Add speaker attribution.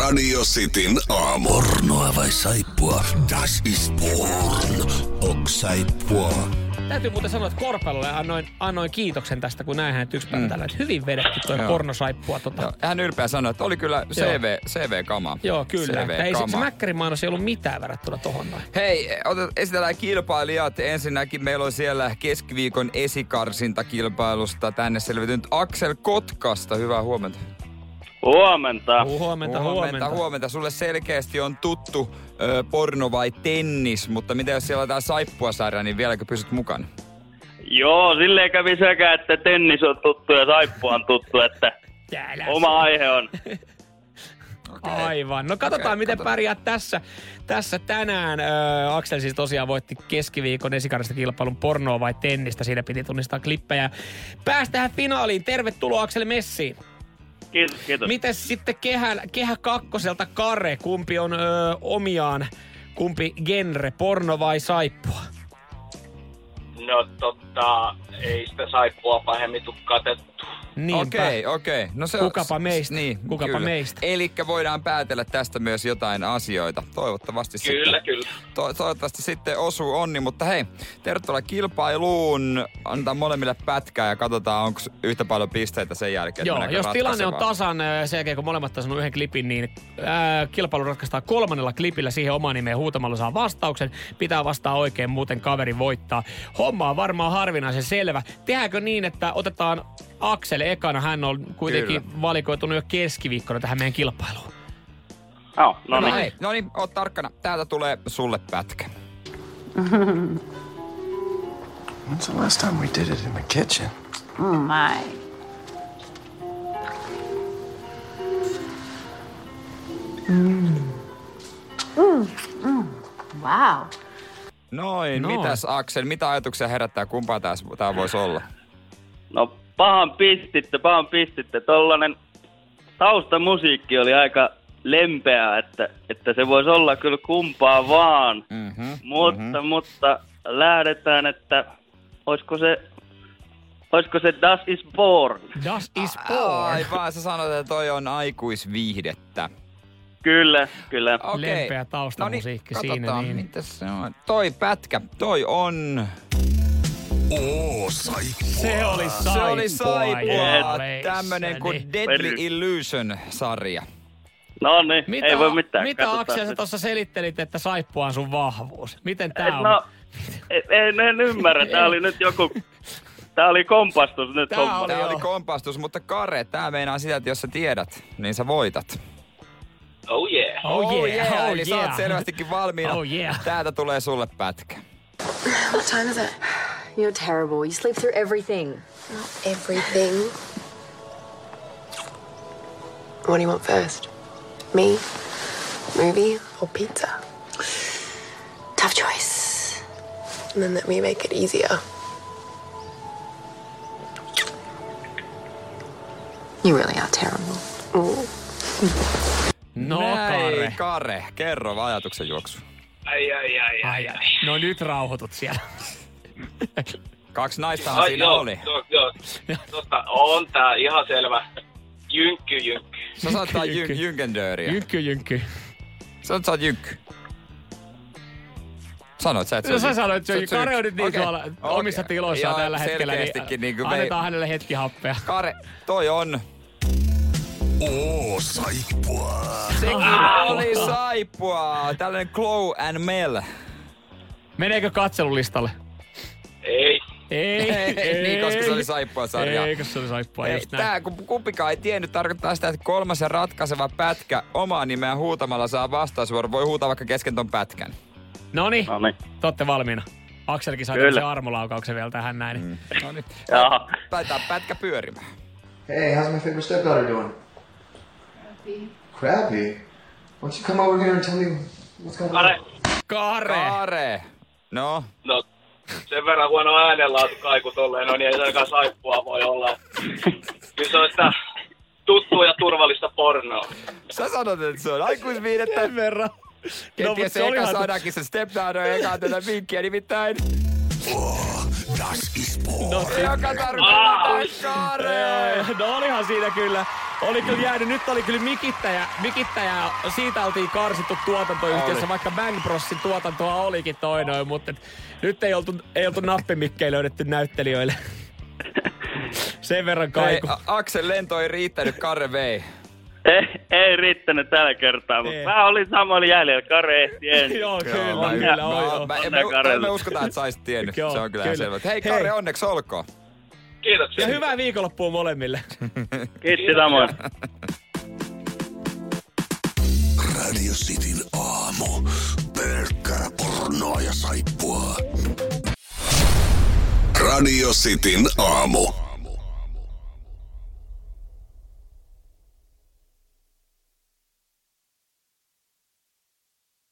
Speaker 1: Radio Cityn aamu.
Speaker 2: Pornoa vai saippua? Das ist porn. Ok saippua?
Speaker 3: Täytyy muuten sanoa, että Korpelolle annoin, annoin kiitoksen tästä, kun näin hänet yksi päivä täällä, että hyvin vedetty toi
Speaker 4: Mm. Joo.
Speaker 3: pornosaippua. Tota.
Speaker 4: Joo,
Speaker 3: Joo.
Speaker 4: hän ylpeä sanoi, että oli kyllä CV, CV-kama.
Speaker 3: kyllä. Että Ei se, se
Speaker 4: CV-kama.
Speaker 3: mäkkärimainos ei ollut mitään verrattuna tohon noin.
Speaker 4: Hei, otet, esitellään kilpailijat. Ensinnäkin meillä on siellä keskiviikon esikarsintakilpailusta tänne selvitynyt Aksel Kotkasta. Hyvää huomenta.
Speaker 5: Huomenta.
Speaker 3: Huomenta, huomenta. huomenta.
Speaker 4: huomenta. Sulle selkeästi on tuttu ö, porno vai tennis, mutta mitä jos siellä on tää saippua sarja, niin vieläkö pysyt mukana?
Speaker 5: Joo, silleen kävi sekä, että tennis on tuttu ja saippua on tuttu, että
Speaker 3: Täällä
Speaker 5: oma aihe on.
Speaker 3: Aivan. No katsotaan,
Speaker 4: Okei,
Speaker 3: okay, miten
Speaker 4: katsotaan.
Speaker 3: pärjäät tässä, tässä tänään. Öö, Aksel siis tosiaan voitti keskiviikon esikarista kilpailun pornoa vai tennistä. Siinä piti tunnistaa klippejä. Päästään finaaliin. Tervetuloa Aksel Messiin.
Speaker 5: Kiitos, kiitos.
Speaker 3: Miten sitten kehä, kehä kakkoselta Kare? Kumpi on öö, omiaan? Kumpi genre? Porno vai saippua?
Speaker 6: No totta, ei sitä saippua pahemmin tuu katettu.
Speaker 3: Niinpä.
Speaker 4: Okei, okei. No se
Speaker 3: Kukapa
Speaker 4: on,
Speaker 3: meistä, kukapa meistä.
Speaker 4: Eli voidaan päätellä tästä myös jotain asioita. Toivottavasti
Speaker 6: Kyllä,
Speaker 4: sitten,
Speaker 6: kyllä.
Speaker 4: to, toivottavasti sitten osuu onni, mutta hei, tervetuloa kilpailuun. Annetaan molemmille pätkää ja katsotaan, onko yhtä paljon pisteitä sen jälkeen.
Speaker 3: Joo,
Speaker 4: mennäänkö
Speaker 3: jos tilanne on
Speaker 4: ratkaisevaan.
Speaker 3: tasan öö, sen jälkeen, kun molemmat on saanut yhden klipin, niin ää, kilpailu ratkaistaan kolmannella klipillä. Siihen oma nimeen huutamalla saa vastauksen. Pitää vastaa oikein, muuten kaveri voittaa. Homma on varmaan harvinaisen selvä. Tehdäänkö niin, että otetaan Aksel ekana? Hän on kuitenkin
Speaker 4: Kyllä.
Speaker 3: valikoitunut jo keskiviikkona tähän meidän kilpailuun.
Speaker 5: Oh, no
Speaker 4: No
Speaker 5: niin.
Speaker 4: niin, no niin, oot tarkkana. Täältä tulee sulle pätkä.
Speaker 7: When's the last time we did it in the kitchen?
Speaker 8: Oh my. Mm. Mm. Wow.
Speaker 4: Noin,
Speaker 3: Noin.
Speaker 4: Noin. mitäs Aksel, mitä ajatuksia herättää, kumpaa tämä voisi olla?
Speaker 5: No pahan pistitte, pahan pistitte. Tollanen taustamusiikki oli aika lempeä, että, että se voisi olla kyllä kumpaa vaan.
Speaker 4: Mm-hmm.
Speaker 5: Mutta, mutta lähdetään, että olisiko se, olisiko se Das is Born?
Speaker 3: Das is porn.
Speaker 4: Aivan, sä sanoit, että toi on aikuisviihdettä.
Speaker 5: Kyllä, kyllä.
Speaker 4: Okei. No
Speaker 3: Lempeä taustamusiikki siinä,
Speaker 4: katsotaan,
Speaker 3: niin.
Speaker 4: Mitä se on? Toi pätkä, toi on...
Speaker 2: Oo saippua.
Speaker 3: Se oli saipua.
Speaker 4: Se oli saipua.
Speaker 3: jälleen.
Speaker 4: Tämmönen kuin Deadly
Speaker 5: Perry.
Speaker 4: Illusion-sarja.
Speaker 5: No niin,
Speaker 3: Mitä,
Speaker 5: ei voi mitään.
Speaker 3: Mitä
Speaker 5: Katsotaan
Speaker 3: Aksel sä
Speaker 5: nyt.
Speaker 3: tuossa selittelit, että saippua on sun vahvuus? Miten
Speaker 5: Et
Speaker 3: tää on?
Speaker 5: no, et- en, en ymmärrä. Tää oli nyt joku... Tää oli kompastus nyt
Speaker 3: Tää
Speaker 5: homma.
Speaker 3: Oli
Speaker 4: Tää oli
Speaker 3: joo.
Speaker 4: kompastus, mutta Kare, tää meinaa sitä, että jos sä tiedät, niin sä voitat.
Speaker 6: Oh yeah.
Speaker 3: Oh yeah, oh
Speaker 4: eli sä
Speaker 3: yeah.
Speaker 4: oot selvästikin valmiina.
Speaker 3: Oh yeah.
Speaker 4: Täältä tulee sulle pätkä.
Speaker 9: What time is it?
Speaker 8: You're terrible. You sleep through everything.
Speaker 9: Everything. What do you want first? Me, movie, or pizza? Tough choice. And then let me make it easier.
Speaker 8: You really are terrible.
Speaker 3: No
Speaker 4: Näin,
Speaker 3: Kare.
Speaker 4: Kare, kerro vaan ajatuksen juoksu.
Speaker 6: Ai, ai, ai, ai.
Speaker 3: Ai, ai. No nyt rauhoitut siellä.
Speaker 4: Kaksi naistahan
Speaker 6: ai
Speaker 4: siinä
Speaker 6: joo,
Speaker 4: oli.
Speaker 6: Joo, joo. Totta, on tää ihan selvä. Jynkky, jynkky.
Speaker 4: Sä saat tää
Speaker 3: Jyky, jyky.
Speaker 4: jyn- jynkendööriä.
Speaker 3: Jynkky, jynkky.
Speaker 4: Sä oot, sä oot jynkky. Sanoit sä, että
Speaker 3: No sä sanoit, että se on jynkky. Kare on nyt niin
Speaker 4: Okei,
Speaker 3: tuolla
Speaker 4: okei.
Speaker 3: omissa tiloissaan
Speaker 4: Joo,
Speaker 3: tällä hetkellä.
Speaker 4: Selkeästikin niin kuin
Speaker 3: annetaan
Speaker 4: me...
Speaker 3: hänelle hetki happea.
Speaker 4: Kare, toi on.
Speaker 2: Oo saippua.
Speaker 4: Sekin oli saippua. Tällainen Glow and Mel.
Speaker 3: Meneekö katselulistalle?
Speaker 6: Ei.
Speaker 3: Ei,
Speaker 4: Ei, niin, koska se oli saippua sarja.
Speaker 3: Ei, koska se oli saippua,
Speaker 4: Ei,
Speaker 3: just näin.
Speaker 4: tää, kun kumpikaan ei tiennyt, tarkoittaa sitä, että kolmas ja ratkaiseva pätkä omaa nimeä huutamalla saa vastausvuoron. Voi huutaa vaikka kesken ton pätkän.
Speaker 3: Noniin,
Speaker 5: No niin.
Speaker 3: te ootte valmiina. Akselkin sai
Speaker 5: Kyllä.
Speaker 3: tämmöisen armolaukauksen vielä tähän näin. Mm.
Speaker 4: No niin.
Speaker 5: Jaha.
Speaker 4: Taitaa pätkä pyörimään.
Speaker 7: Hey, how's my favorite stepdaughter doing? Crappy. Crappy? Why don't you come over here and tell me what's going on?
Speaker 6: Kare,
Speaker 3: Kare!
Speaker 4: Kare. No,
Speaker 6: no sen verran huono äänenlaatu kaiku tolleen, no niin ei se ainakaan saippua voi olla. Kyllä se on sitä tuttua ja turvallista pornoa.
Speaker 4: sä sanot, että se on aikuisviidettä.
Speaker 3: Tämän verran.
Speaker 4: No, Kenties se eka
Speaker 3: olihan-
Speaker 4: saadaankin se stepdaughter eka tätä vinkkiä, nimittäin
Speaker 2: Das ist porn.
Speaker 3: No,
Speaker 4: joka tarkoittaa Kaare.
Speaker 3: no olihan siinä kyllä. Oli kyllä jäänyt, nyt oli kyllä mikittäjä, mikittäjä siitä oltiin karsittu tuotantoyhtiössä, vaikka Bang Brosin tuotantoa olikin toi noin, mutta et, nyt ei oltu, ei oltu nappimikkejä löydetty näyttelijöille. Sen verran
Speaker 4: Ei,
Speaker 3: kaiku.
Speaker 4: A- Aksel lento ei riittänyt, Karre vei.
Speaker 5: Ei, ei riittänyt tällä kertaa, mutta
Speaker 3: Ei.
Speaker 5: mä olin samalla jäljellä. Kare ehti ensin.
Speaker 3: Joo,
Speaker 4: Joo,
Speaker 3: kyllä,
Speaker 4: mä-
Speaker 3: no kyllä,
Speaker 4: mä-
Speaker 3: oi, joo.
Speaker 4: mä-
Speaker 5: Onnea
Speaker 4: me,
Speaker 5: Karelle.
Speaker 4: me uskotaan, että sä olisit tiennyt.
Speaker 3: Joo,
Speaker 4: se on kyllä, ihan
Speaker 3: kyllä.
Speaker 4: selvä. Hei,
Speaker 3: Hei.
Speaker 4: Karre, onneksi olkoon.
Speaker 6: Kiitoksia.
Speaker 3: Ja hyvää viikonloppua molemmille.
Speaker 5: Kiitti samoin.
Speaker 2: Radio Cityn aamu. Pelkkää pornoa ja saippua.
Speaker 1: Radio Cityn aamu.